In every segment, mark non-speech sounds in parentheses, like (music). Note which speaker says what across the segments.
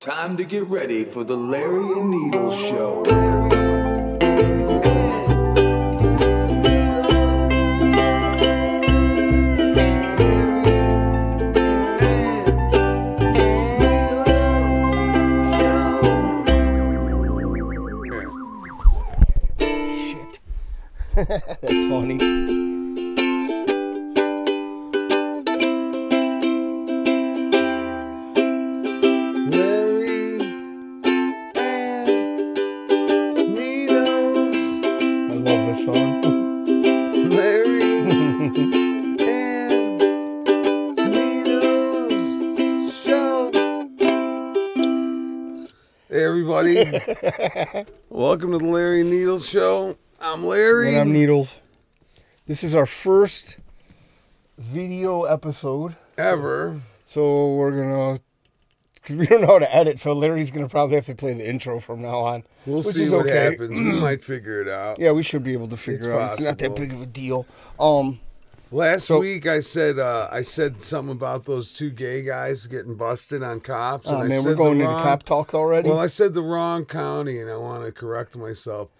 Speaker 1: Time to get ready for the Larry and Needles show.
Speaker 2: Shit. That's funny.
Speaker 1: Larry and Needles.
Speaker 2: I love this song.
Speaker 1: Larry and Needles show. Hey,
Speaker 2: (laughs)
Speaker 1: everybody. Welcome to the Larry and Needles show. I'm Larry.
Speaker 2: And I'm Needles. This is our first video episode.
Speaker 1: Ever.
Speaker 2: So we're going to. Because we don't know how to edit, so Larry's going to probably have to play the intro from now on.
Speaker 1: We'll
Speaker 2: which
Speaker 1: see
Speaker 2: is
Speaker 1: what
Speaker 2: okay.
Speaker 1: happens.
Speaker 2: (clears throat)
Speaker 1: we might figure it out.
Speaker 2: Yeah, we should be able to figure
Speaker 1: It's
Speaker 2: out. It's not that
Speaker 1: possible.
Speaker 2: big of a deal. Um,
Speaker 1: Last
Speaker 2: So-
Speaker 1: week I said uh, I said something about those two gay guys getting busted on cops.
Speaker 2: oh,
Speaker 1: I
Speaker 2: man,
Speaker 1: said
Speaker 2: we're
Speaker 1: the
Speaker 2: going into
Speaker 1: wrong-
Speaker 2: cop talk already.
Speaker 1: Well, I said the wrong county, and I want to correct myself.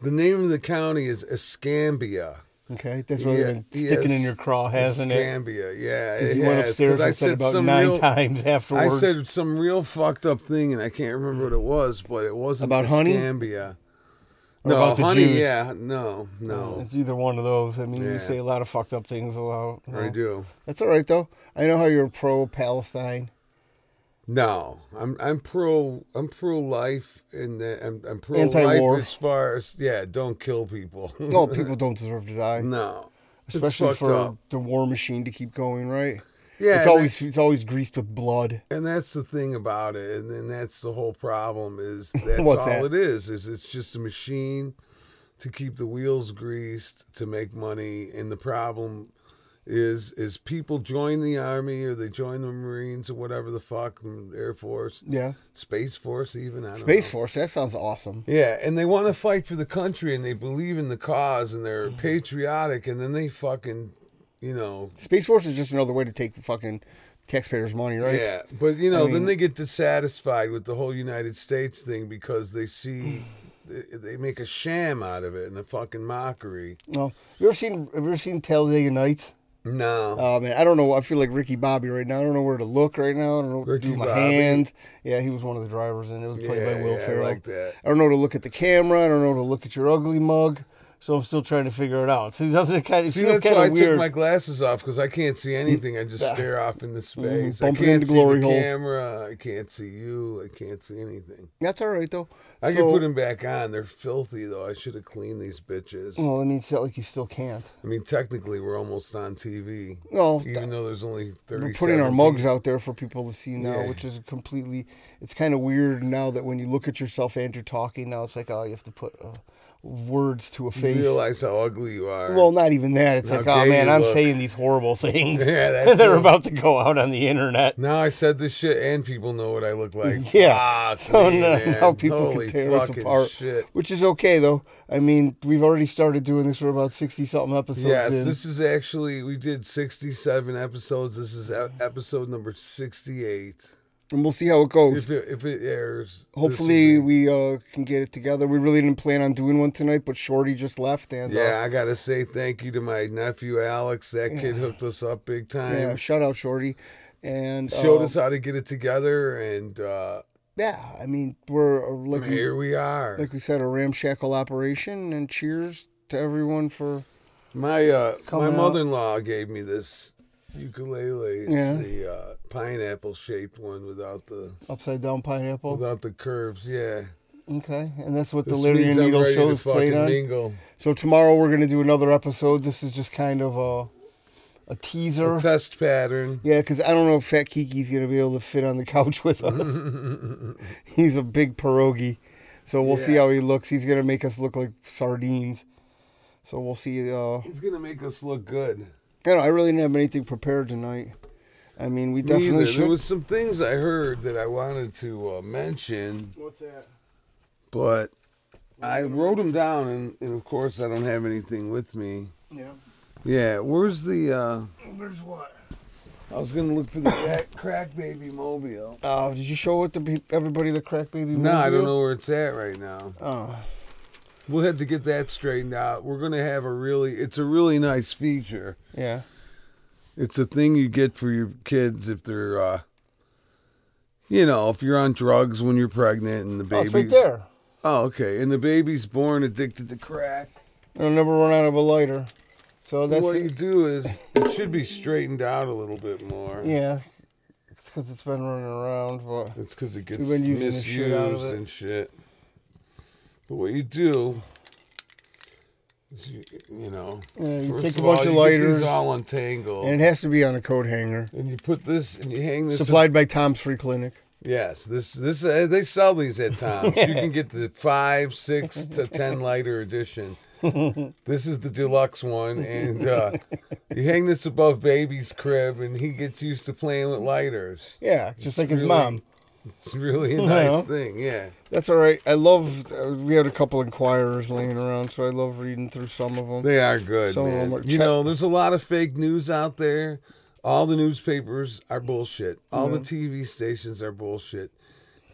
Speaker 1: The name of the county is Escambia.
Speaker 2: okay, that's really
Speaker 1: Yeah,
Speaker 2: been sticking in
Speaker 1: yes.
Speaker 2: your craw, hasn't it?
Speaker 1: Escambia, yeah.
Speaker 2: Because
Speaker 1: It
Speaker 2: you went
Speaker 1: has,
Speaker 2: upstairs
Speaker 1: 'cause I
Speaker 2: and said
Speaker 1: said
Speaker 2: about
Speaker 1: some
Speaker 2: nine
Speaker 1: real,
Speaker 2: times
Speaker 1: I
Speaker 2: afterwards.
Speaker 1: said some real fucked up thing, and I can't remember what it was, but it wasn't
Speaker 2: About honey?
Speaker 1: Escambia.
Speaker 2: Or
Speaker 1: No,
Speaker 2: about the
Speaker 1: honey,
Speaker 2: Jews? Oh,
Speaker 1: yeah. No, no.
Speaker 2: It's either one of those. I mean, you
Speaker 1: Yeah.
Speaker 2: say a lot of fucked up things. A lot. you
Speaker 1: I
Speaker 2: know.
Speaker 1: do.
Speaker 2: That's all right though. I know how you're pro Palestine.
Speaker 1: No, I'm I'm pro I'm pro life and the- I'm I'm pro
Speaker 2: Anti-war.
Speaker 1: life as far as yeah, don't kill people. (laughs)
Speaker 2: No, people don't deserve to die,
Speaker 1: no, It's
Speaker 2: especially
Speaker 1: fucked
Speaker 2: for
Speaker 1: up.
Speaker 2: the war machine to keep going. Right?
Speaker 1: yeah.
Speaker 2: it's
Speaker 1: and
Speaker 2: always it's always greased with blood.
Speaker 1: that- and that's the thing about it, and then that's the whole problem
Speaker 2: (laughs)
Speaker 1: is that's all
Speaker 2: What's that?
Speaker 1: it is is it's just a machine to keep the wheels greased to make money, and the problem is is people join the army or they join the Marines or whatever the fuck Air Force,
Speaker 2: Yeah.
Speaker 1: Space Force even I don't
Speaker 2: Space
Speaker 1: know.
Speaker 2: Force. That sounds awesome.
Speaker 1: Yeah, and they want to fight for the country and they believe in the cause and they're
Speaker 2: Mm-hmm.
Speaker 1: patriotic and then they fucking, you know,
Speaker 2: Space Force is just another way to take fucking taxpayers' money, right?
Speaker 1: yeah. But you know,
Speaker 2: mean-
Speaker 1: then they get dissatisfied with the whole United States thing because they
Speaker 2: (sighs)
Speaker 1: see they they make a sham out of it and a fucking mockery.
Speaker 2: No. You ever seen Have you ever seen Talladega Nights?
Speaker 1: No.
Speaker 2: Oh man, I don't know. I feel like Ricky Bobby right now. I don't know where to look right now. I don't know what to do
Speaker 1: Ricky
Speaker 2: with my
Speaker 1: Bobby.
Speaker 2: hands. Yeah, he was one of the drivers, and it was played
Speaker 1: Yeah,
Speaker 2: by Will
Speaker 1: yeah, I
Speaker 2: Ferrell.
Speaker 1: like that.
Speaker 2: I don't know to look at the camera. I don't know to look at your ugly mug. So I'm still trying to figure it out. (laughs) See, that's kind of
Speaker 1: See, that's why I took
Speaker 2: weird.
Speaker 1: my glasses off because I can't see anything. I just stare off
Speaker 2: (laughs)
Speaker 1: into space. I
Speaker 2: Mm-hmm. bumping
Speaker 1: can't
Speaker 2: into
Speaker 1: see
Speaker 2: glory
Speaker 1: the
Speaker 2: holes.
Speaker 1: camera. I can't see you. I can't see anything.
Speaker 2: That's all right though.
Speaker 1: I
Speaker 2: so,
Speaker 1: can put them back on. They're filthy though. I should have cleaned these bitches.
Speaker 2: Well, I mean, it's not like you still can't.
Speaker 1: I mean, technically, we're almost on TV,
Speaker 2: No,
Speaker 1: even though there's only 30
Speaker 2: Mm. we're putting our mugs out there for people to see now,
Speaker 1: Yeah.
Speaker 2: which is completely. It's kind of weird now that when you look at yourself and you're talking now, it's like oh, you have to put uh, words to a face.
Speaker 1: realize how ugly you are.
Speaker 2: Well, not even that. It's
Speaker 1: How
Speaker 2: like, oh
Speaker 1: gay
Speaker 2: man,
Speaker 1: you
Speaker 2: I'm
Speaker 1: look."
Speaker 2: saying these horrible (laughs) things.
Speaker 1: (laughs) Yeah, that
Speaker 2: that are
Speaker 1: too.
Speaker 2: about to go out on the internet.
Speaker 1: now I said this shit, and people know what I look like.
Speaker 2: (laughs) Yeah.
Speaker 1: Fuck
Speaker 2: So
Speaker 1: me,
Speaker 2: now,
Speaker 1: man.
Speaker 2: now uh, people
Speaker 1: Holy
Speaker 2: can tear us
Speaker 1: fucking
Speaker 2: apart,
Speaker 1: Shit.
Speaker 2: which is okay though. I mean, we've already started doing this. We're about sixty something episodes
Speaker 1: Yes,
Speaker 2: in.
Speaker 1: this is actually we did 67 episodes. This is e- episode number 68.
Speaker 2: and we'll see how it goes.
Speaker 1: If it, if it airs, this
Speaker 2: Hopefully,
Speaker 1: will be-
Speaker 2: we uh, can get it together. We really didn't plan on doing one tonight, but Shorty just left, and uh,
Speaker 1: Yeah, I gotta say thank you to my nephew Alex. That
Speaker 2: (sighs)
Speaker 1: kid hooked us up big
Speaker 2: uh,
Speaker 1: time.
Speaker 2: yeah, shout out Shorty, and uh,
Speaker 1: Showed us how to get it together, and uh,
Speaker 2: Yeah, I mean, we're uh, like we-
Speaker 1: here we are.
Speaker 2: like we said, a ramshackle operation, and cheers to everyone for
Speaker 1: My uh, my
Speaker 2: Coming out.
Speaker 1: mother in law gave me this ukulele. It's
Speaker 2: Yeah.
Speaker 1: the uh, pineapple shaped one without the
Speaker 2: upside down pineapple.
Speaker 1: without the curves. Yeah,
Speaker 2: Okay, and that's what
Speaker 1: this
Speaker 2: the Larry
Speaker 1: means
Speaker 2: and
Speaker 1: I'm
Speaker 2: Needle
Speaker 1: ready
Speaker 2: show
Speaker 1: to
Speaker 2: is played
Speaker 1: fucking
Speaker 2: on.
Speaker 1: mingle.
Speaker 2: So tomorrow we're gonna do another episode. This is just kind of a a teaser.
Speaker 1: A test pattern.
Speaker 2: yeah, because I don't know if Fat Kiki's gonna be able to fit on the couch with us.
Speaker 1: (laughs)
Speaker 2: He's a big pierogi, so we'll see
Speaker 1: Yeah.
Speaker 2: how he looks. He's gonna make us look like sardines. So we'll see. Uh,
Speaker 1: It's gonna make us look good.
Speaker 2: I, don't know, I really didn't have anything prepared tonight. I mean, we
Speaker 1: Me
Speaker 2: definitely
Speaker 1: either.
Speaker 2: should.
Speaker 1: There was some things I heard that I wanted to uh, mention,
Speaker 2: What's that?
Speaker 1: but I wrote them down, and, and of course I don't have anything with me.
Speaker 2: Yeah.
Speaker 1: Yeah, where's the? Uh,
Speaker 2: There's what?
Speaker 1: I was gonna look for the crack, crack baby mobile.
Speaker 2: Uh, did you show it to pe- everybody the crack baby?
Speaker 1: No, I don't
Speaker 2: movie?
Speaker 1: know where it's at right now.
Speaker 2: Oh,
Speaker 1: We'll have to get that straightened out. We're gonna have a really. It's a really nice feature.
Speaker 2: yeah.
Speaker 1: It's a thing you get for your kids if they're, uh, you know, if you're on drugs when you're pregnant and the
Speaker 2: Oh,
Speaker 1: baby's.
Speaker 2: it's right there.
Speaker 1: Oh, okay. And the baby's born addicted to crack.
Speaker 2: I'll never run out of a lighter. So that's
Speaker 1: what you do is it should be straightened out a little bit more.
Speaker 2: yeah. It's because it's been running around, but
Speaker 1: It's because it gets
Speaker 2: We've been using the
Speaker 1: misused
Speaker 2: shit out of it.
Speaker 1: and shit. But what you do is you, you know,
Speaker 2: Yeah, you
Speaker 1: first
Speaker 2: take a
Speaker 1: all,
Speaker 2: bunch of
Speaker 1: you get these
Speaker 2: lighters,
Speaker 1: all untangled,
Speaker 2: and
Speaker 1: and,
Speaker 2: it has to be on a coat hanger.
Speaker 1: you put this and you hang this.
Speaker 2: Supplied by Tom's Free Clinic.
Speaker 1: yes, this this uh, they sell these at Tom's.
Speaker 2: (laughs)
Speaker 1: You can get the five, six to ten lighter
Speaker 2: (laughs)
Speaker 1: edition. this is the deluxe one, and uh, you hang this above baby's crib, and he gets used to playing with lighters.
Speaker 2: Yeah, just like his
Speaker 1: really-
Speaker 2: mom.
Speaker 1: It's really a
Speaker 2: Yeah.
Speaker 1: nice thing, yeah.
Speaker 2: That's all right. I love. Uh, we had a couple inquirers laying around, so I love reading through some of them.
Speaker 1: They are good,
Speaker 2: Some of
Speaker 1: man.
Speaker 2: them are-
Speaker 1: you know, there's a lot of fake news out there. All the newspapers are bullshit. All the TV stations are bullshit.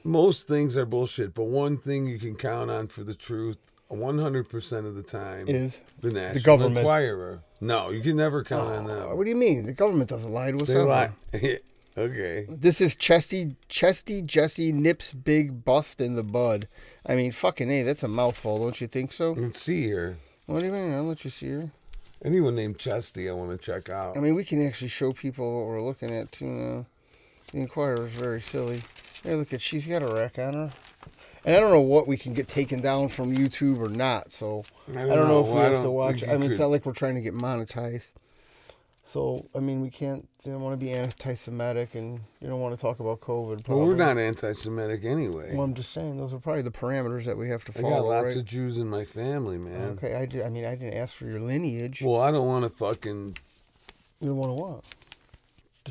Speaker 1: Most things are bullshit, but one thing you can count on for the truth 100% of the time
Speaker 2: Is
Speaker 1: the National
Speaker 2: government.
Speaker 1: Enquirer. No, you can never count on
Speaker 2: Uh,
Speaker 1: them.
Speaker 2: What do you mean? The government doesn't lie to us.
Speaker 1: They
Speaker 2: ever.
Speaker 1: lie. (laughs) okay.
Speaker 2: This is Chesty Chesty Jesse nips big bust in the bud. I mean, fucking hey, that's a mouthful, don't you think so?
Speaker 1: Let's see here.
Speaker 2: What do you mean? I'll let you see her.
Speaker 1: Anyone named Chesty, I want to check out.
Speaker 2: I mean, we can actually show people what we're looking at too now. The Inquirer is very silly. Hey, look at she's got a rack on her. And I don't know what we can get taken down from YouTube or not, so I don't, know, if we
Speaker 1: I
Speaker 2: have
Speaker 1: don't
Speaker 2: to watch.
Speaker 1: think
Speaker 2: I
Speaker 1: you
Speaker 2: mean, it's
Speaker 1: could-
Speaker 2: not like we're trying to get monetized. So I mean, we can't. You don't want to be anti-Semitic, and you don't want to talk about COVID.
Speaker 1: well, we're
Speaker 2: probably.
Speaker 1: not anti Semitic anyway.
Speaker 2: Well, I'm just saying those are probably the parameters that we have to
Speaker 1: I
Speaker 2: follow.
Speaker 1: got lots
Speaker 2: right?
Speaker 1: of Jews in my family, man.
Speaker 2: Okay, I did. I mean, I didn't ask for your lineage.
Speaker 1: Well, I don't want to fucking
Speaker 2: you don't want to what?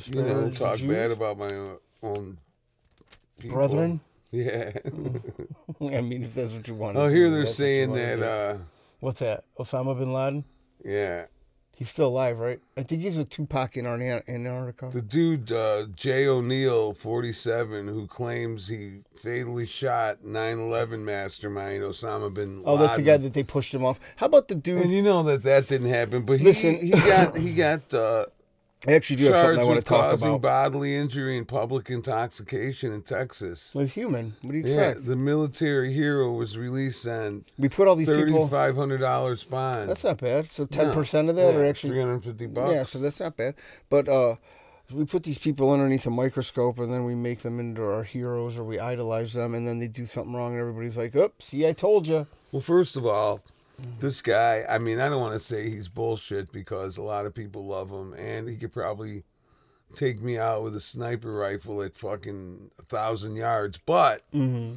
Speaker 1: you know
Speaker 2: Disparage the
Speaker 1: talk
Speaker 2: Jews?
Speaker 1: bad about my own- own people.
Speaker 2: Brethren? (laughs)
Speaker 1: Yeah.
Speaker 2: I mean, if that's what you want.
Speaker 1: oh, here they're saying that. uh
Speaker 2: What's that? Osama bin Laden?
Speaker 1: Yeah,
Speaker 2: He's still alive, right? I think he's with Tupac in Arna- Antarctica.
Speaker 1: the dude uh, Jay O'Neill, forty-seven, who claims he fatally shot 9/11 mastermind Osama bin.
Speaker 2: oh, that's the guy
Speaker 1: Laden.
Speaker 2: that they pushed him off. How about the dude?
Speaker 1: And you know that that didn't happen, but he
Speaker 2: Listen.
Speaker 1: he got he got uh,
Speaker 2: I actually do have
Speaker 1: charged
Speaker 2: something I want
Speaker 1: with
Speaker 2: to talk
Speaker 1: causing
Speaker 2: about.
Speaker 1: bodily injury and public intoxication in Texas.
Speaker 2: Well, he's human. What do you
Speaker 1: Yeah,
Speaker 2: expect?
Speaker 1: the military hero was released on
Speaker 2: we put all these people.
Speaker 1: Thirty-five hundred dollars fine.
Speaker 2: That's not bad. So ten percent of that are actually
Speaker 1: three hundred fifty bucks.
Speaker 2: Yeah, so that's not bad. But uh, we put these people underneath a microscope, and then we make them into our heroes, or we idolize them, and then they do something wrong, and everybody's like, "Oops, see, I told you."
Speaker 1: well, first of all, this guy. I mean, I don't want to say he's bullshit because a lot of people love him, and he could probably take me out with a sniper rifle at fucking a thousand yards. But
Speaker 2: Mm-hmm.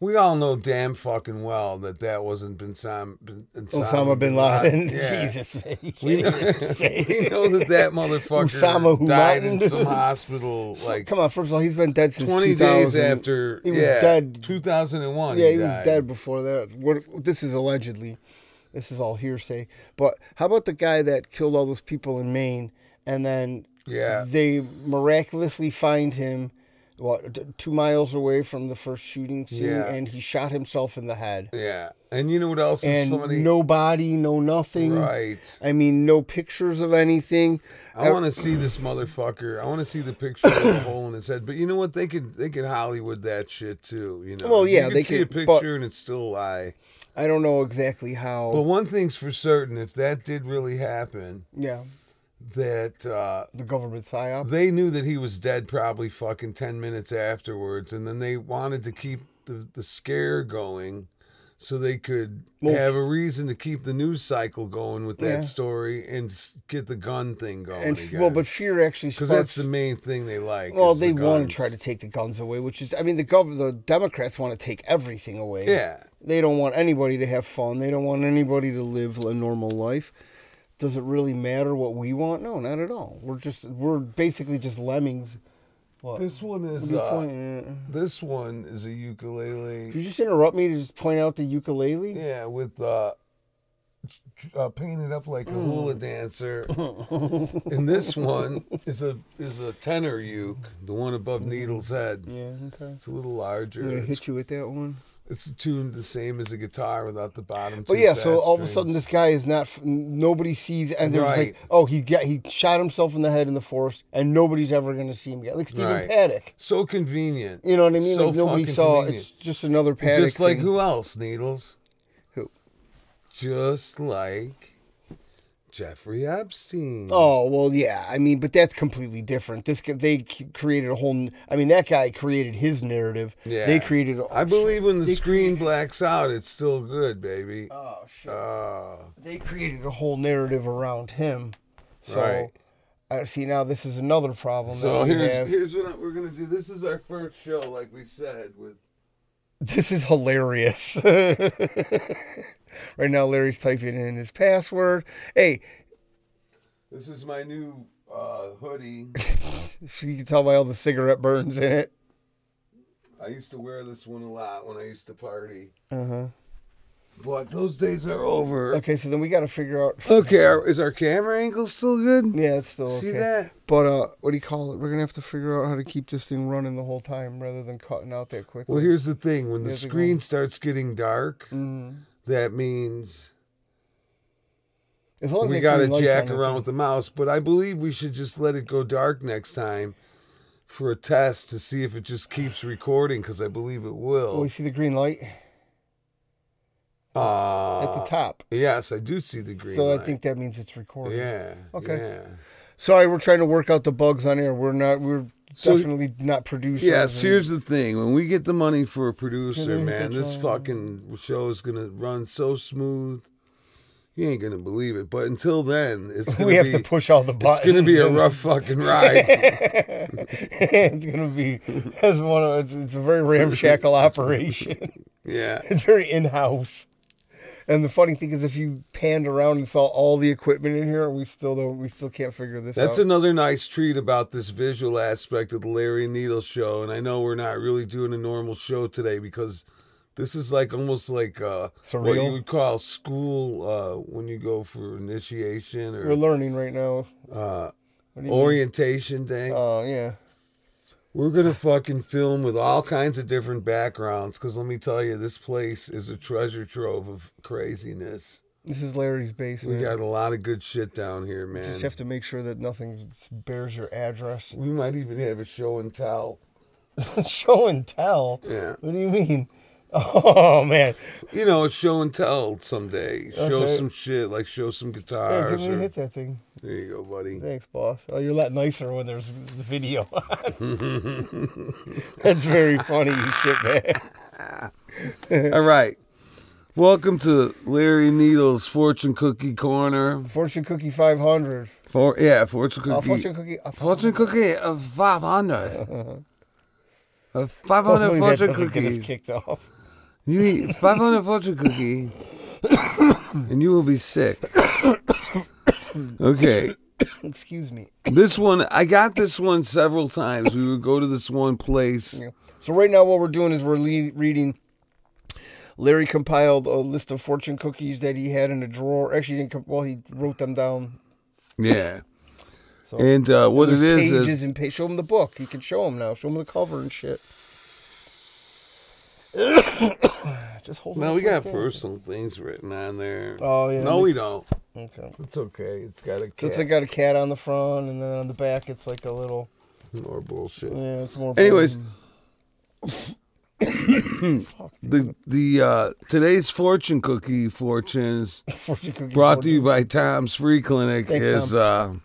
Speaker 1: we all know damn fucking well that that wasn't bin Sam, bin,
Speaker 2: Osama bin Laden. (laughs)
Speaker 1: Yeah.
Speaker 2: Jesus, man, you
Speaker 1: (laughs)
Speaker 2: can't
Speaker 1: We
Speaker 2: even
Speaker 1: know that that motherfucker
Speaker 2: Osama who
Speaker 1: died in
Speaker 2: Laden.
Speaker 1: some hospital
Speaker 2: Like,
Speaker 1: like
Speaker 2: (laughs) Come on, first of all, he's been dead since
Speaker 1: 20 days
Speaker 2: 2000.
Speaker 1: after
Speaker 2: he was
Speaker 1: yeah,
Speaker 2: dead.
Speaker 1: 2001
Speaker 2: Yeah, he was
Speaker 1: died.
Speaker 2: dead before that. What this is allegedly, this is all hearsay. But how about the guy that killed all those people in Maine, and then
Speaker 1: Yeah.
Speaker 2: they miraculously find him, what t- two miles away from the first shooting scene,
Speaker 1: Yeah.
Speaker 2: and he shot himself in the head,
Speaker 1: yeah and you know what else is
Speaker 2: and
Speaker 1: funny
Speaker 2: no body, no nothing.
Speaker 1: right
Speaker 2: I mean, no pictures of anything.
Speaker 1: i want to see this motherfucker i want to see the picture of the hole in his head but you know what they could they could hollywood that shit too you know
Speaker 2: Well, yeah,
Speaker 1: you could
Speaker 2: they
Speaker 1: see a
Speaker 2: could, but-
Speaker 1: picture and it's still a lie
Speaker 2: I don't know exactly how.
Speaker 1: but one thing's for certain if that did really happen
Speaker 2: yeah,
Speaker 1: that uh
Speaker 2: the government psyop.
Speaker 1: they knew that he was dead probably fucking 10 minutes afterwards and then they wanted to keep the, the scare going so they could
Speaker 2: Well,
Speaker 1: have a reason to keep the news cycle going with that
Speaker 2: Yeah.
Speaker 1: story and s- get the gun thing going
Speaker 2: And f- well, but fear actually
Speaker 1: because
Speaker 2: sparks.
Speaker 1: that's the main thing they like
Speaker 2: Well,
Speaker 1: is the
Speaker 2: they want
Speaker 1: guns.
Speaker 2: to try to take the guns away, which is, I mean, the gov- the Democrats want to take everything away.
Speaker 1: yeah
Speaker 2: They don't want anybody to have fun. They don't want anybody to live a normal life. Does it really matter what we want? No, not at all. We're just, we're basically just lemmings. What?
Speaker 1: this one
Speaker 2: What
Speaker 1: is
Speaker 2: are you
Speaker 1: uh,
Speaker 2: pointing at?
Speaker 1: this one is a
Speaker 2: Did you
Speaker 1: ukulele
Speaker 2: just interrupt me to just point out the ukulele?
Speaker 1: yeah with uh uh, painted up like a hula
Speaker 2: Mm. (laughs)
Speaker 1: dancer. and this one is a is a tenor uke, the one above Needle's head.
Speaker 2: Mm. Yeah, okay.
Speaker 1: It's a little
Speaker 2: I'm
Speaker 1: larger.
Speaker 2: gonna
Speaker 1: It's,
Speaker 2: hit you with that one.
Speaker 1: it's tuned the same as a guitar without the bottom. two
Speaker 2: But Oh, yeah, so
Speaker 1: fat
Speaker 2: all of a
Speaker 1: strings.
Speaker 2: sudden this guy is not. f- Nobody sees, and they're just
Speaker 1: Right.
Speaker 2: like, "Oh, he got he shot himself in the head in the forest, and nobody's ever going to see him again." Like Stephen
Speaker 1: Right.
Speaker 2: Paddock,
Speaker 1: so convenient.
Speaker 2: you know what I mean?
Speaker 1: So
Speaker 2: like nobody
Speaker 1: fucking
Speaker 2: saw.
Speaker 1: convenient.
Speaker 2: It's just another Paddock.
Speaker 1: Just like
Speaker 2: thing.
Speaker 1: who else, Needles?
Speaker 2: Who?
Speaker 1: Just like Jeffrey Epstein.
Speaker 2: Oh well, yeah. I mean, but that's completely different. This guy- they c- created a whole. n- I mean, that guy created his narrative.
Speaker 1: Yeah.
Speaker 2: They created.
Speaker 1: I believe when the screen blacks out, it's still good, baby.
Speaker 2: Oh shit.
Speaker 1: Oh,
Speaker 2: they created a whole narrative around him. So
Speaker 1: Right.
Speaker 2: I see now this is another problem
Speaker 1: so
Speaker 2: that we
Speaker 1: here's
Speaker 2: have.
Speaker 1: here's what we're gonna do. This is our first show, like we said. With
Speaker 2: This is hilarious. (laughs) right now Larry's typing in his password. Hey,
Speaker 1: this is my new uh, hoodie.
Speaker 2: if you can tell by all the cigarette burns in it.
Speaker 1: I used to wear this one a lot when I used to party,
Speaker 2: Uh-huh.
Speaker 1: but those days are over. Okay,
Speaker 2: Okay, so then we got to figure out
Speaker 1: our- is our camera angle still good?
Speaker 2: Yeah, it's still
Speaker 1: See
Speaker 2: okay.
Speaker 1: that?
Speaker 2: But uh what do you call it? We're going to have to figure out how to keep this thing running the whole time rather than cutting out that quickly.
Speaker 1: Well, here's the thing: when the
Speaker 2: Here's the
Speaker 1: screen starts getting dark,
Speaker 2: Mhm.
Speaker 1: that means
Speaker 2: As long as
Speaker 1: we
Speaker 2: they
Speaker 1: got to
Speaker 2: put lights
Speaker 1: jack
Speaker 2: on it,
Speaker 1: around with the mouse, but I believe we should just let it go dark next time for a test to see if it just keeps recording because I believe it
Speaker 2: Oh,
Speaker 1: will.
Speaker 2: we see the green light
Speaker 1: Uh,
Speaker 2: at the top.
Speaker 1: Yes, I do see the green.
Speaker 2: So I
Speaker 1: light.
Speaker 2: think that means it's recording.
Speaker 1: Yeah.
Speaker 2: Okay.
Speaker 1: Yeah.
Speaker 2: Sorry, we're trying to work out the bugs on air. We're not. We're
Speaker 1: So-
Speaker 2: definitely not producers.
Speaker 1: Yeah,
Speaker 2: and-
Speaker 1: so here's the thing. When we get the money for a producer,
Speaker 2: hit
Speaker 1: man,
Speaker 2: that
Speaker 1: this
Speaker 2: drawing.
Speaker 1: fucking show is going to run so smooth. You ain't going to believe it. But until then, it's going
Speaker 2: (laughs) we have to
Speaker 1: be
Speaker 2: push all the buttons.
Speaker 1: it's going to be a rough fucking
Speaker 2: (laughs)
Speaker 1: ride.
Speaker 2: it's gonna be as one of it's, it's a very ramshackle operation. (laughs)
Speaker 1: yeah.
Speaker 2: it's very in house. And the funny thing is, if you panned around and saw all the equipment in here, we still don't. We still can't figure this
Speaker 1: That's
Speaker 2: out.
Speaker 1: another nice treat about this visual aspect of the Larry Needle show. And I know we're not really doing a normal show today because this is like almost like uh, what
Speaker 2: Surreal.
Speaker 1: you would call school uh, when you go for initiation
Speaker 2: we're
Speaker 1: or
Speaker 2: learning right now.
Speaker 1: uh,
Speaker 2: What do you mean?
Speaker 1: orientation day.
Speaker 2: Oh yeah.
Speaker 1: We're gonna fucking film with all kinds of different backgrounds because let me tell you, this place is a treasure trove of craziness.
Speaker 2: This is Larry's
Speaker 1: We
Speaker 2: basement.
Speaker 1: got a lot of good shit down here, man.
Speaker 2: Just have to make sure that nothing bears your address. (laughs)
Speaker 1: we might even have a show and tell.
Speaker 2: Show and tell.
Speaker 1: Yeah.
Speaker 2: What do you mean? (laughs) Oh man!
Speaker 1: you know, show and tell someday. Show
Speaker 2: Okay.
Speaker 1: some shit, like show some
Speaker 2: Yeah,
Speaker 1: guitars.
Speaker 2: give me
Speaker 1: or-
Speaker 2: hit that thing.
Speaker 1: there you go, buddy.
Speaker 2: Thanks, boss. Oh, you're a lot nicer when there's video on. (laughs) That's very funny, you shit man.
Speaker 1: All right. Welcome to Larry Needle's Fortune Cookie Corner.
Speaker 2: Fortune cookie 500.
Speaker 1: For yeah, Fortune Cookie.
Speaker 2: Oh, fortune cookie. oh,
Speaker 1: Fortune Cookie of five hundred.
Speaker 2: (laughs)
Speaker 1: Of five hundred
Speaker 2: Hopefully that
Speaker 1: fortune
Speaker 2: doesn't get us
Speaker 1: cookies.
Speaker 2: kicked off. (laughs)
Speaker 1: You eat five hundred fortune
Speaker 2: (coughs)
Speaker 1: cookie, and you will be sick. (coughs) Okay.
Speaker 2: Excuse me. (clears throat)
Speaker 1: This one, I got this one several times. We would go to this one place.
Speaker 2: Yeah. So right now, what we're doing is we're le- reading. Larry compiled a list of fortune cookies that he had in a drawer. Actually, he didn't. Comp- well, he wrote them down.
Speaker 1: Yeah.
Speaker 2: (laughs) So-
Speaker 1: and uh, what it is
Speaker 2: pages
Speaker 1: is
Speaker 2: and pa- show him the book. You can show him now. Show him the cover and shit. (coughs) Just hold.
Speaker 1: no,
Speaker 2: it
Speaker 1: we
Speaker 2: like
Speaker 1: got
Speaker 2: that.
Speaker 1: personal things written on there.
Speaker 2: Oh, yeah.
Speaker 1: No, we don't.
Speaker 2: Okay.
Speaker 1: It's okay. It's got a
Speaker 2: So it's
Speaker 1: cat.
Speaker 2: like got a cat on the front, and then on the back, it's like a little.
Speaker 1: More bullshit.
Speaker 2: Yeah, it's more.
Speaker 1: Anyways,
Speaker 2: blue. (coughs) Fuck.
Speaker 1: the the uh, today's fortune cookie fortunes
Speaker 2: Fortune cookie
Speaker 1: brought to you
Speaker 2: fortune.
Speaker 1: by Tom's Free Clinic
Speaker 2: Thanks,
Speaker 1: is uh,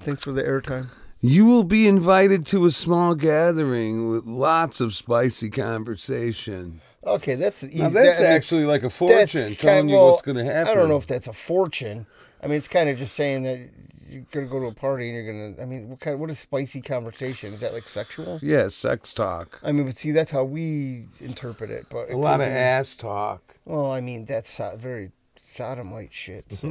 Speaker 2: Thanks for the airtime.
Speaker 1: you will be invited to a small gathering with lots of spicy conversation.
Speaker 2: Okay, that's the easy.
Speaker 1: Now that's
Speaker 2: that- I mean,
Speaker 1: actually like a
Speaker 2: that's
Speaker 1: fortune
Speaker 2: kind-
Speaker 1: telling you
Speaker 2: well,
Speaker 1: what's going to happen.
Speaker 2: I don't know if that's a fortune. I mean, it's kind of just saying that you're gonna go to a party and you're gonna. I mean, what kind? What is spicy conversation? Is that like sexual?
Speaker 1: Yeah, sex talk.
Speaker 2: I mean, but see, that's how we interpret it. But
Speaker 1: A lot of ass talk. (laughs)
Speaker 2: Well, I mean, that's so- very sodomite shit. So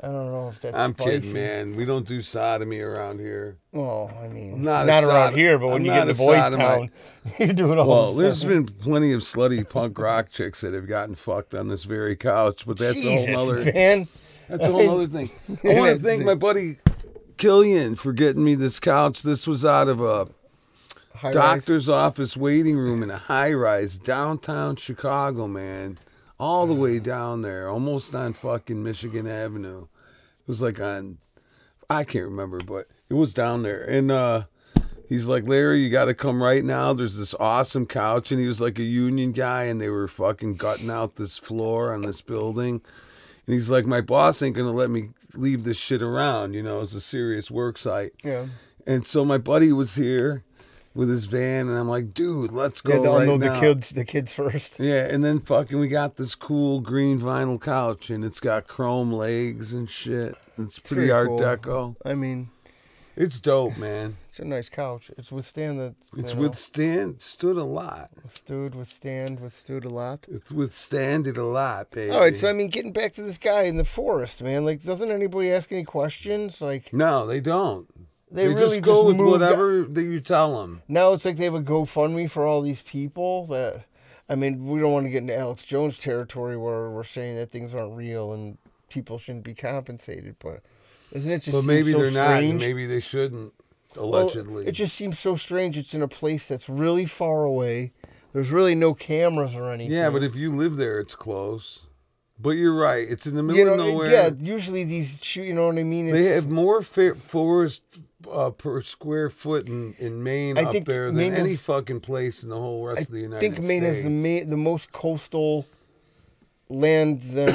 Speaker 2: I don't know if that's.
Speaker 1: I'm
Speaker 2: spicy.
Speaker 1: kidding, man. We don't do sodomy around here.
Speaker 2: Well, I mean,
Speaker 1: Not
Speaker 2: not,
Speaker 1: a
Speaker 2: around
Speaker 1: sod-
Speaker 2: here, but when
Speaker 1: I'm
Speaker 2: you get
Speaker 1: not
Speaker 2: into
Speaker 1: a
Speaker 2: Boys
Speaker 1: sodomite.
Speaker 2: (laughs) Town, you do it all.
Speaker 1: Well, (laughs)
Speaker 2: the
Speaker 1: there's
Speaker 2: time.
Speaker 1: been plenty of slutty punk rock chicks that have gotten fucked on this very couch, but that's
Speaker 2: Jesus,
Speaker 1: a whole other
Speaker 2: man.
Speaker 1: That's a whole other thing. I
Speaker 2: (laughs)
Speaker 1: want to thank my buddy Killian for getting me this couch. This was out of a
Speaker 2: High
Speaker 1: doctor's office waiting room in a high rise downtown Chicago, man. All the way down there, almost on fucking Michigan Avenue. It was like on I can't remember, but it was down there. And uh he's like, Larry, you gotta come right now. There's this awesome couch and he was like a union guy and they were fucking gutting out this floor on this building. And he's like, My boss ain't gonna let me leave this shit around, you know, it's a serious work site.
Speaker 2: rise. yeah.
Speaker 1: And so my buddy was here with his van, and I'm like, dude, let's go
Speaker 2: You had to
Speaker 1: right
Speaker 2: unload
Speaker 1: now.
Speaker 2: the kids, the kids first.
Speaker 1: Yeah, and then fucking we got this cool green vinyl couch, and it's got chrome legs and shit. It's pretty
Speaker 2: pretty
Speaker 1: Art
Speaker 2: cool.
Speaker 1: Deco.
Speaker 2: I mean,
Speaker 1: It's dope, man.
Speaker 2: it's a nice couch. It's withstand the. you
Speaker 1: It's
Speaker 2: know,
Speaker 1: withstand stood a lot.
Speaker 2: withstood, withstand, withstood a lot.
Speaker 1: It's withstanded a lot, baby.
Speaker 2: All right, so I mean, getting back to this guy in the forest, man. Like, doesn't anybody ask any questions? Like,
Speaker 1: no, they don't.
Speaker 2: they,
Speaker 1: just
Speaker 2: really
Speaker 1: go with
Speaker 2: moved-
Speaker 1: whatever that you tell them.
Speaker 2: Now it's like they have a GoFundMe for all these people that. I mean, we don't want to get into Alex Jones territory where we're saying that things aren't real and people shouldn't be compensated, but isn't it just
Speaker 1: But
Speaker 2: seem
Speaker 1: maybe
Speaker 2: so
Speaker 1: they're not, and
Speaker 2: strange?
Speaker 1: maybe they shouldn't.
Speaker 2: Well,
Speaker 1: Allegedly,
Speaker 2: it just seems so strange. It's in a place that's really far away. There's really no cameras or anything.
Speaker 1: yeah. But if you live there, it's close. But you're right. It's in the middle
Speaker 2: you know,
Speaker 1: of nowhere.
Speaker 2: yeah. Usually these, shoot, you know what I mean.
Speaker 1: They
Speaker 2: It's-
Speaker 1: have more fa- forest uh, per square foot in, in Maine
Speaker 2: I
Speaker 1: up
Speaker 2: think
Speaker 1: there than
Speaker 2: Maine
Speaker 1: any
Speaker 2: has-
Speaker 1: fucking place in the whole rest of the
Speaker 2: I
Speaker 1: United
Speaker 2: think
Speaker 1: States.
Speaker 2: Maine has the ma- the most coastal land
Speaker 1: (coughs)
Speaker 2: than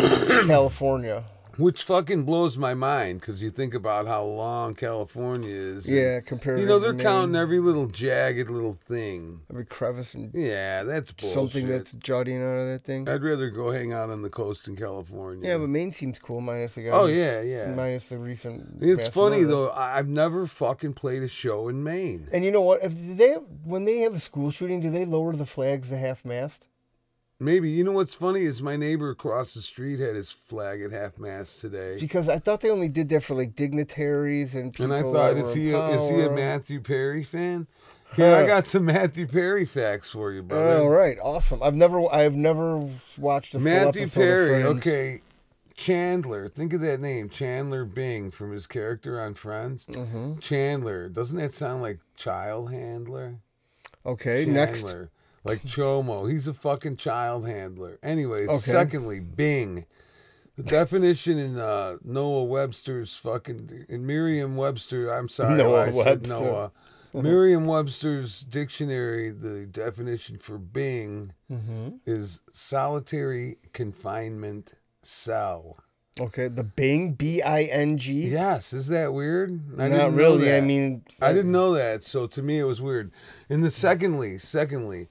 Speaker 2: California.
Speaker 1: Which fucking blows my mind because you think about how long California is. and,
Speaker 2: Yeah, compared.
Speaker 1: You know,
Speaker 2: to
Speaker 1: they're
Speaker 2: Maine,
Speaker 1: counting every little jagged little thing.
Speaker 2: every crevice and
Speaker 1: Yeah, that's bullshit.
Speaker 2: something that's jutting out of that thing.
Speaker 1: I'd rather go hang out on the coast in California.
Speaker 2: yeah, but Maine seems cool, minus the guy.
Speaker 1: Oh,
Speaker 2: who's-
Speaker 1: yeah, yeah.
Speaker 2: Minus the recent.
Speaker 1: it's
Speaker 2: mass
Speaker 1: funny,
Speaker 2: murder.
Speaker 1: though. I- I've never fucking played a show in Maine.
Speaker 2: And you know what? If they when they have a school shooting, do they lower the flags to half mast?
Speaker 1: Maybe. You know what's funny is my neighbor across the street had his flag at half mast today.
Speaker 2: Because I thought they only did that for like dignitaries and people.
Speaker 1: And I thought,
Speaker 2: that
Speaker 1: is
Speaker 2: were in
Speaker 1: he a, is he a
Speaker 2: power.
Speaker 1: Matthew Perry fan? Here, I got some Matthew Perry facts for you, brother.
Speaker 2: All Oh, right, awesome. I've never, I've never watched a full
Speaker 1: Matthew
Speaker 2: episode
Speaker 1: Perry,
Speaker 2: of Friends.
Speaker 1: okay. Chandler, think of that name, Chandler Bing from his character on Friends.
Speaker 2: Mm-hmm.
Speaker 1: Chandler, doesn't that sound like child handler?
Speaker 2: Okay, next.
Speaker 1: Chandler, like Chomo, he's a fucking child handler. Anyways,
Speaker 2: Okay.
Speaker 1: secondly, Bing. The definition in uh, Noah Webster's fucking in Merriam Webster. I'm sorry,
Speaker 2: Noah
Speaker 1: I said
Speaker 2: Webster. (laughs)
Speaker 1: Noah. Merriam Webster's dictionary. The definition for Bing
Speaker 2: Mm-hmm.
Speaker 1: is solitary confinement cell.
Speaker 2: Okay, the Bing, B I N G.
Speaker 1: Yes, is that weird? I
Speaker 2: Not
Speaker 1: didn't know
Speaker 2: really. I
Speaker 1: that.
Speaker 2: mean,
Speaker 1: I didn't know that, so to me it was weird. And the secondly, secondly,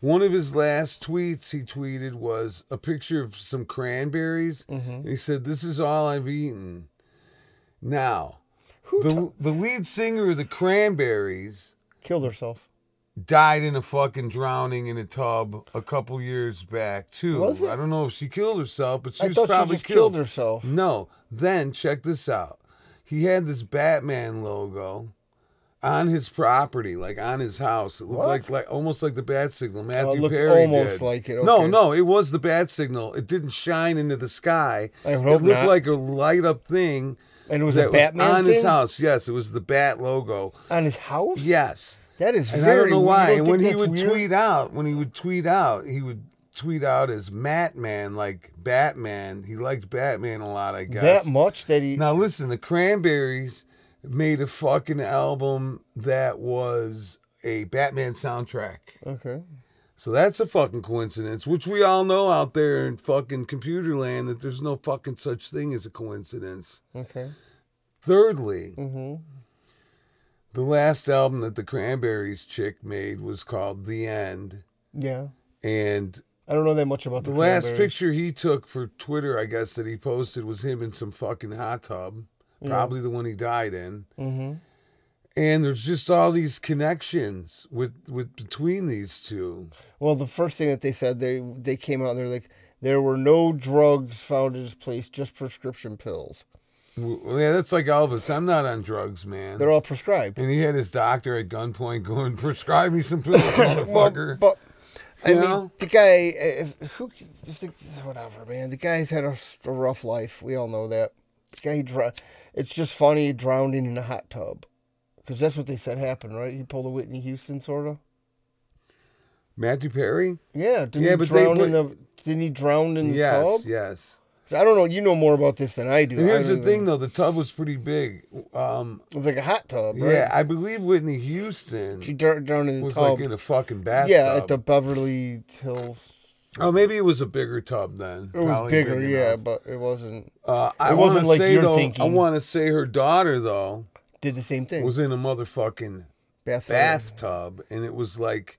Speaker 1: one of his last tweets he tweeted was a picture of some cranberries.
Speaker 2: Mm-hmm.
Speaker 1: He said, "This is all I've eaten." Now,
Speaker 2: who
Speaker 1: the
Speaker 2: t-
Speaker 1: the lead singer of the Cranberries
Speaker 2: killed herself.
Speaker 1: died in a fucking drowning in a tub a couple years back too.
Speaker 2: Was it?
Speaker 1: I don't know if she killed herself, but she
Speaker 2: I
Speaker 1: was
Speaker 2: thought she
Speaker 1: probably
Speaker 2: just
Speaker 1: killed.
Speaker 2: killed herself.
Speaker 1: No. Then check this out. He had this Batman logo on his property, like on his house. It looked
Speaker 2: What? Oh,
Speaker 1: like like almost like the bat signal. Matthew
Speaker 2: looked
Speaker 1: Perry
Speaker 2: almost
Speaker 1: did.
Speaker 2: like it,
Speaker 1: No,
Speaker 2: okay.
Speaker 1: no, it was the bat signal. It didn't shine into the sky.
Speaker 2: I
Speaker 1: it
Speaker 2: hope
Speaker 1: looked
Speaker 2: not.
Speaker 1: like a light up thing
Speaker 2: And it was
Speaker 1: that
Speaker 2: a Batman
Speaker 1: was on
Speaker 2: thing
Speaker 1: his house. Yes, it was the bat logo.
Speaker 2: on his house.
Speaker 1: Yes.
Speaker 2: that is.
Speaker 1: And I
Speaker 2: very
Speaker 1: don't know
Speaker 2: weird. You
Speaker 1: why.
Speaker 2: don't
Speaker 1: and
Speaker 2: think
Speaker 1: when he
Speaker 2: that's
Speaker 1: would
Speaker 2: weird?
Speaker 1: tweet out, when he would tweet out, he would tweet out as Matman, like Batman. He liked Batman a lot, I guess.
Speaker 2: that much that he.
Speaker 1: Now listen, the Cranberries made a fucking album that was a Batman soundtrack.
Speaker 2: Okay.
Speaker 1: So that's a fucking coincidence, which we all know out there in fucking computer land that there's no fucking such thing as a coincidence.
Speaker 2: Okay.
Speaker 1: Thirdly,
Speaker 2: Mm-hmm.
Speaker 1: the last album that the Cranberries chick made was called The End.
Speaker 2: Yeah.
Speaker 1: And
Speaker 2: I don't know that much about
Speaker 1: the
Speaker 2: the,
Speaker 1: last
Speaker 2: Cranberries.
Speaker 1: picture he took for Twitter, I guess, that he posted was him in some fucking hot tub, probably the one he died in.
Speaker 2: Mm. Mm-hmm.
Speaker 1: and there's just all these connections with with between these two
Speaker 2: Well, the first thing that they said, they they came out and they're like, there were no drugs found in this place, just prescription pills.
Speaker 1: Well, yeah, that's like Elvis. I'm not on drugs, man.
Speaker 2: They're all prescribed.
Speaker 1: and he had his doctor at gunpoint going, prescribe me some pills, motherfucker.
Speaker 2: (laughs) Well, but I
Speaker 1: You
Speaker 2: mean,
Speaker 1: know?
Speaker 2: the guy, if, who, if the, whatever, man. The guy's had a, a rough life. We all know that. The guy, dr- it's just funny drowning in a hot tub, because that's what they said happened, right? He pulled a Whitney Houston, sort of.
Speaker 1: Matthew Perry?
Speaker 2: Yeah, didn't
Speaker 1: Yeah,
Speaker 2: he
Speaker 1: but they
Speaker 2: drown
Speaker 1: put-
Speaker 2: in a? Didn't he drown in the
Speaker 1: Yes,
Speaker 2: tub?
Speaker 1: yes.
Speaker 2: I don't know. You know more about this than I do.
Speaker 1: And
Speaker 2: I
Speaker 1: here's the
Speaker 2: don't even-
Speaker 1: thing, though, the tub was pretty big. Um,
Speaker 2: It was like a hot tub, right?
Speaker 1: Yeah, I believe Whitney Houston
Speaker 2: She dr- drowned in the
Speaker 1: was
Speaker 2: tub.
Speaker 1: like in a fucking bathtub.
Speaker 2: yeah, at the Beverly Hills.
Speaker 1: oh, maybe it was a bigger tub then.
Speaker 2: It was
Speaker 1: Probably
Speaker 2: bigger,
Speaker 1: big
Speaker 2: yeah,
Speaker 1: enough.
Speaker 2: but it wasn't.
Speaker 1: Uh, I
Speaker 2: It
Speaker 1: want
Speaker 2: wasn't
Speaker 1: to
Speaker 2: like
Speaker 1: say
Speaker 2: you're
Speaker 1: though, I
Speaker 2: thinking.
Speaker 1: want to say her daughter though
Speaker 2: Did the same thing.
Speaker 1: was in a motherfucking
Speaker 2: bath?
Speaker 1: bathtub, and it was like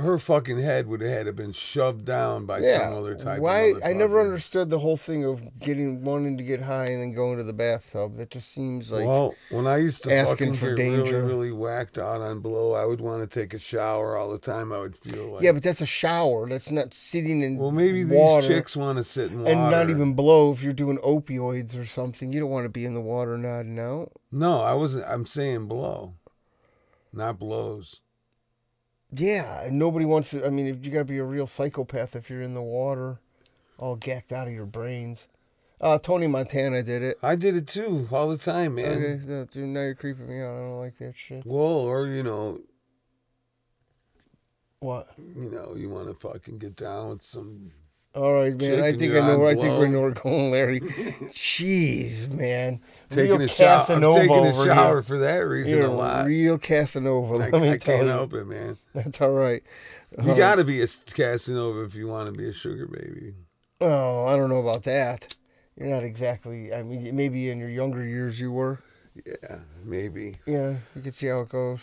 Speaker 1: her fucking head would have had to been shoved down by
Speaker 2: Yeah.
Speaker 1: some other type.
Speaker 2: Why?
Speaker 1: Of
Speaker 2: I never
Speaker 1: motherfucker.
Speaker 2: understood the whole thing of getting wanting to get high and then going to the bathtub. That just seems like
Speaker 1: well, when I used to fucking
Speaker 2: asking for
Speaker 1: get
Speaker 2: danger.
Speaker 1: really, really whacked out on blow, I would want to take a shower all the time. I would feel like,
Speaker 2: yeah, but that's a shower. That's not sitting in
Speaker 1: well, maybe
Speaker 2: water
Speaker 1: these chicks want to sit in water
Speaker 2: and not even blow if you're doing opioids or something. You don't want to be in the water nodding out.
Speaker 1: No, I wasn't. I'm saying blow, not blows.
Speaker 2: Yeah, and nobody wants to. I mean, if you got to be a real psychopath if you're in the water, all gacked out of your brains. Uh, Tony Montana did it.
Speaker 1: I did it too all the time, man.
Speaker 2: Okay, so, dude, now you're creeping me out. I don't like that shit.
Speaker 1: Well, or you know,
Speaker 2: What?
Speaker 1: you know, you want to fucking get down with some.
Speaker 2: All right, man. I
Speaker 1: Chicken,
Speaker 2: think I
Speaker 1: you're
Speaker 2: know
Speaker 1: on
Speaker 2: where I think
Speaker 1: blow.
Speaker 2: we know where we're going, Larry. Jeez, man.
Speaker 1: Taking
Speaker 2: real
Speaker 1: a shower. I'm
Speaker 2: Casanova
Speaker 1: taking a
Speaker 2: over
Speaker 1: shower
Speaker 2: here.
Speaker 1: for that reason
Speaker 2: You're
Speaker 1: a lot.
Speaker 2: real Casanova.
Speaker 1: I,
Speaker 2: (laughs) Let me
Speaker 1: I
Speaker 2: tell
Speaker 1: can't
Speaker 2: you.
Speaker 1: help it, man.
Speaker 2: That's all right.
Speaker 1: You got to be a Casanova if you want to be a sugar baby.
Speaker 2: Oh, I don't know about that. You're not exactly. I mean, maybe in your younger years you were.
Speaker 1: Yeah, maybe.
Speaker 2: Yeah, you can see how it goes.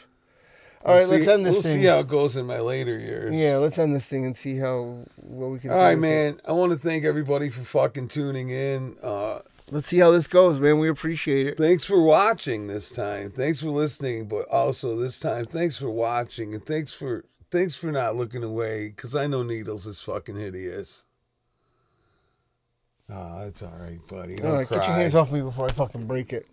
Speaker 2: All right,
Speaker 1: We'll
Speaker 2: let's
Speaker 1: see-
Speaker 2: end this
Speaker 1: We'll
Speaker 2: thing.
Speaker 1: see how it goes in my later years.
Speaker 2: yeah, let's end this thing and see how what we can.
Speaker 1: All
Speaker 2: do
Speaker 1: right,
Speaker 2: with it.
Speaker 1: man. I want to thank everybody for fucking tuning in. Uh,
Speaker 2: Let's see how this goes, man. We appreciate it.
Speaker 1: Thanks for watching this time. Thanks for listening, but also this time, thanks for watching and thanks for thanks for not looking away because I know needles is fucking hideous. Oh, that's all right, buddy. Don't
Speaker 2: All right,
Speaker 1: cry.
Speaker 2: get your hands off me before I fucking break it.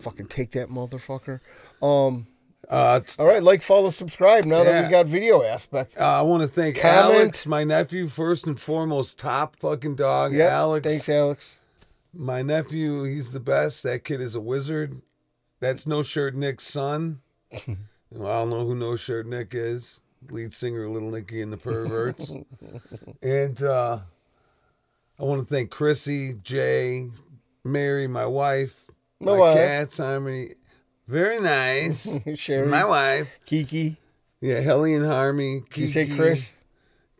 Speaker 2: Fucking take that motherfucker. Um.
Speaker 1: Uh, it's-
Speaker 2: All right, like, follow, subscribe. Now that
Speaker 1: Yeah.
Speaker 2: we got video aspect.
Speaker 1: uh, I want to thank
Speaker 2: Comment.
Speaker 1: Alex, my nephew, first and foremost, top fucking dog.
Speaker 2: Yeah.
Speaker 1: Alex,
Speaker 2: Thanks, Alex. (laughs)
Speaker 1: my nephew, he's the best. That kid is a wizard. That's No Shirt Nick's
Speaker 2: (laughs)
Speaker 1: son. And I don't know who No Shirt Nick is. Lead singer of Little Nicky and the
Speaker 2: (laughs)
Speaker 1: Perverts. and uh, I want to thank Chrissy, Jay, Mary, my wife,
Speaker 2: My
Speaker 1: my,
Speaker 2: wife.
Speaker 1: cats, Harmony. Very
Speaker 2: (laughs)
Speaker 1: nice.
Speaker 2: Sherry.
Speaker 1: my wife.
Speaker 2: Kiki.
Speaker 1: Yeah, Helly and Harmony.
Speaker 2: Did you say
Speaker 1: Kiki.
Speaker 2: Chris?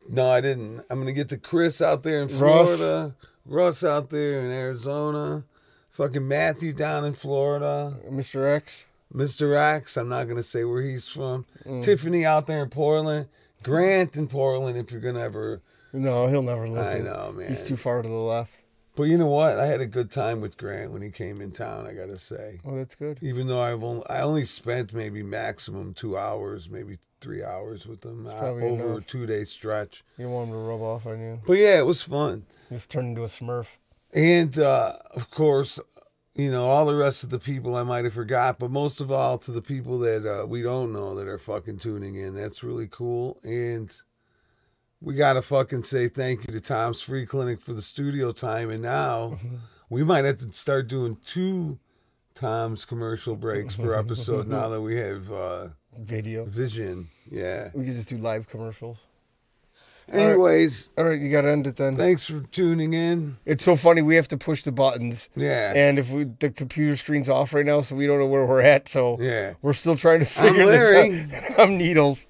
Speaker 1: No, I didn't. I'm gonna get to Chris out there in
Speaker 2: Russ.
Speaker 1: Florida, Russ, out there in Arizona, fucking Matthew down in Florida,
Speaker 2: Mr. X?
Speaker 1: Mr. Axe. I'm not gonna say where he's from.
Speaker 2: Mm.
Speaker 1: Tiffany out there in Portland, Grant in Portland. If you're gonna ever,
Speaker 2: No, he'll never
Speaker 1: I
Speaker 2: listen.
Speaker 1: know, man.
Speaker 2: He's too far to the left.
Speaker 1: But you know what? I had a good time with Grant when he came in town. I gotta say,
Speaker 2: Oh, that's good.
Speaker 1: even though I've only I only spent maybe maximum two hours, maybe three hours with him uh,
Speaker 2: probably
Speaker 1: over
Speaker 2: enough.
Speaker 1: a two day stretch.
Speaker 2: You don't want him to rub off on you.
Speaker 1: But yeah, it was fun.
Speaker 2: Just turn into a smurf.
Speaker 1: and uh, of course, you know all the rest of the people I might have forgot, but most of all to the people that uh, we don't know that are fucking tuning in. That's really cool, and we gotta fucking say thank you to Tom's Free Clinic for the studio time, and now
Speaker 2: Mm-hmm.
Speaker 1: we might have to start doing two Tom's commercial breaks per
Speaker 2: (laughs)
Speaker 1: episode now that we have uh,
Speaker 2: Video.
Speaker 1: Vision. Yeah.
Speaker 2: We can just do live commercials. right.
Speaker 1: Anyways,
Speaker 2: All right, you got to end it then.
Speaker 1: thanks for tuning in.
Speaker 2: It's so funny. We have to push the buttons,
Speaker 1: Yeah.
Speaker 2: and if we, the computer screen's off right now, so we don't know where we're at. So
Speaker 1: Yeah.
Speaker 2: we're still trying to figure
Speaker 1: Larry.
Speaker 2: this out. (laughs) I'm Needles.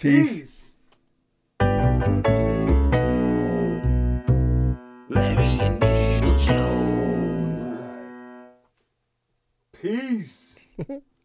Speaker 2: Peace.
Speaker 3: Larry and Needle Show.
Speaker 1: Peace.